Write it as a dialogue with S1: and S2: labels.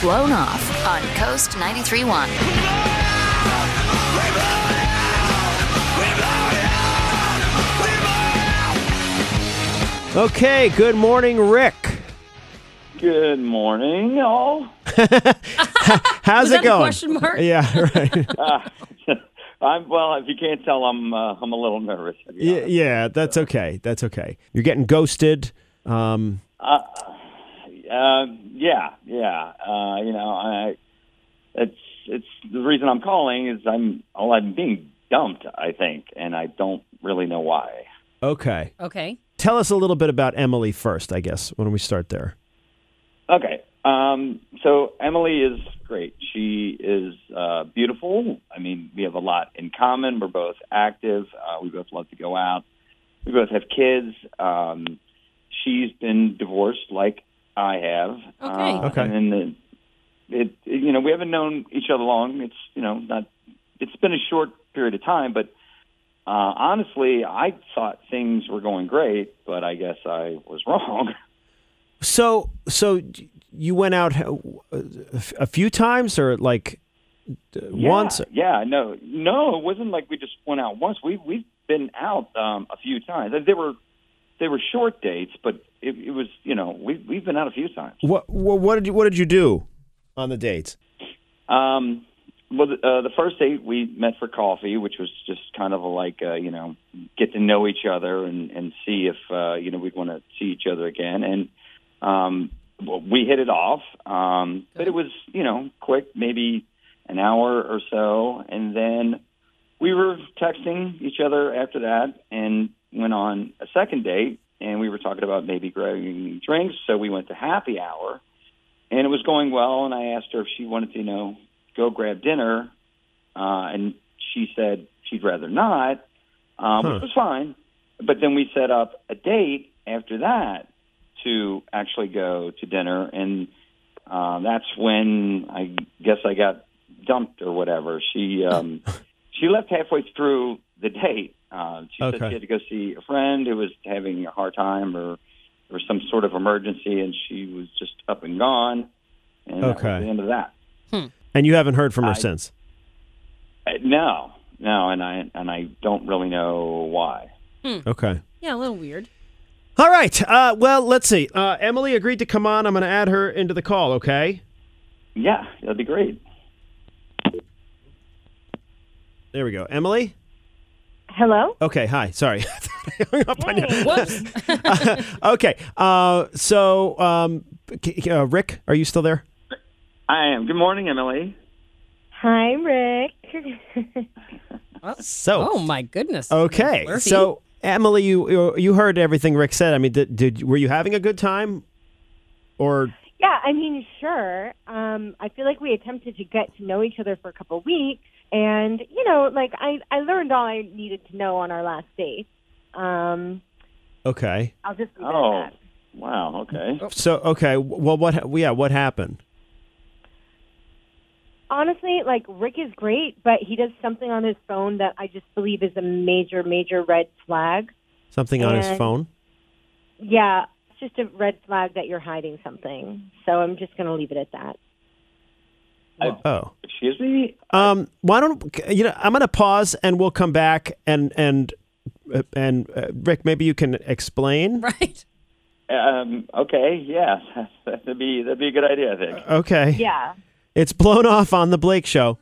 S1: Blown Off on Coast 93.1.
S2: Okay, good morning, Rick.
S3: Good morning, all.
S2: How's
S4: Was that
S2: it
S4: a
S2: going?
S4: question mark?
S2: Yeah, right.
S3: I'm well. If you can't tell, I'm uh, I'm a little nervous. to be
S2: yeah,
S3: honest.
S2: yeah, that's okay. That's okay. You're getting ghosted. Um,
S3: Uh, yeah, yeah. Uh, you know, I it's it's the reason I'm calling is I'm well, I'm being dumped, I think, and I don't really know why.
S2: okay.
S4: Okay.
S2: Tell us a little bit about Emily first, I guess, when we start there.
S3: Okay. Um, so Emily is great. She is uh, beautiful. I mean, we have a lot in common. We're both active. Uh, we both love to go out. We both have kids. Um, she's been divorced, like I have.
S4: Okay.
S3: Uh,
S2: Okay.
S3: And then the, it, it- you know, we haven't known each other long. It's you know not. It's been a short period of time, but uh, honestly, I thought things were going great, but I guess I was wrong.
S2: So, so you went out uh, a few times, or like uh, once?
S3: Yeah, no, no, it wasn't like we just went out once. We we've been out um, a few times. They were they were short dates, but it, it was you know we we've been out a few times.
S2: What, what? What did you? What did you do on the dates?
S3: Um, well, the- uh, the first date we met for coffee, which was just kind of a, like uh, you know get to know each other and and see if uh, you know we'd want to see each other again. And um, well, we hit it off, um, but it was you know quick, maybe an hour or so, and then we were texting each other after that, and went on a second date, and we were talking about maybe grabbing drinks, so we went to happy hour and it was going well. And I asked her if she wanted to, you know, go grab dinner, uh, and she said she'd rather not, um,
S2: Huh.
S3: which was fine. But then we set up a date after that to actually go to dinner, and uh, that's when I guess I got dumped or whatever. She um, she left halfway through the date. Uh, she said
S2: Okay.
S3: she had to go see a friend who was having a hard time or or some sort of emergency, and she was just up and gone. And that was
S2: Okay.
S3: the end of that.
S2: And you haven't heard from her
S3: I-
S2: since.
S3: Uh, No, no, and I and I don't really know why.
S4: Hmm.
S2: Okay.
S4: Yeah, a little weird.
S2: All right. Uh, well, let's see. Uh, Emily agreed to come on. I'm going to add her into the call. Okay.
S3: Yeah, that'd be great.
S2: There we go. Emily.
S5: Hello?
S2: Okay. Hi. Sorry. I hung up on you.
S4: Whoops.
S2: okay. Uh, so, um, c- uh, Rick, are you still there?
S3: I am. Good morning, Emily.
S5: Hi, Rick.
S2: So.
S4: oh my goodness.
S2: Okay.
S4: Murphy.
S2: So, Emily, you you- you heard everything Rick said. I mean, did, did were you having a good time? Or
S5: yeah, I mean, sure. Um, I feel like we attempted to get to know each other for a couple of weeks, and you know, like I, I learned all I needed to know on our last date. Um,
S2: okay.
S5: I'll just leave it
S3: Oh,
S5: at that.
S3: wow. Okay.
S4: Oh.
S2: So okay. Well, what? ha- Yeah. What happened?
S5: Honestly, like Rick is great, but he does something on his phone that I just believe is a major, major red flag.
S2: Something on
S4: Uh,
S2: his
S5: And-
S2: phone.
S5: Yeah, it's just a red flag that you're hiding something. So I'm just going to leave it at that.
S2: Oh.
S3: Excuse me.
S2: Um, why don't you know? I'm going to pause and we'll come back and and uh, and uh, Rick, maybe you can explain.
S4: Right.
S3: Um, okay. Yeah, that'd be that'd be a good idea. I think.
S2: Okay.
S5: Yeah.
S2: It's blown off on the Blake Show.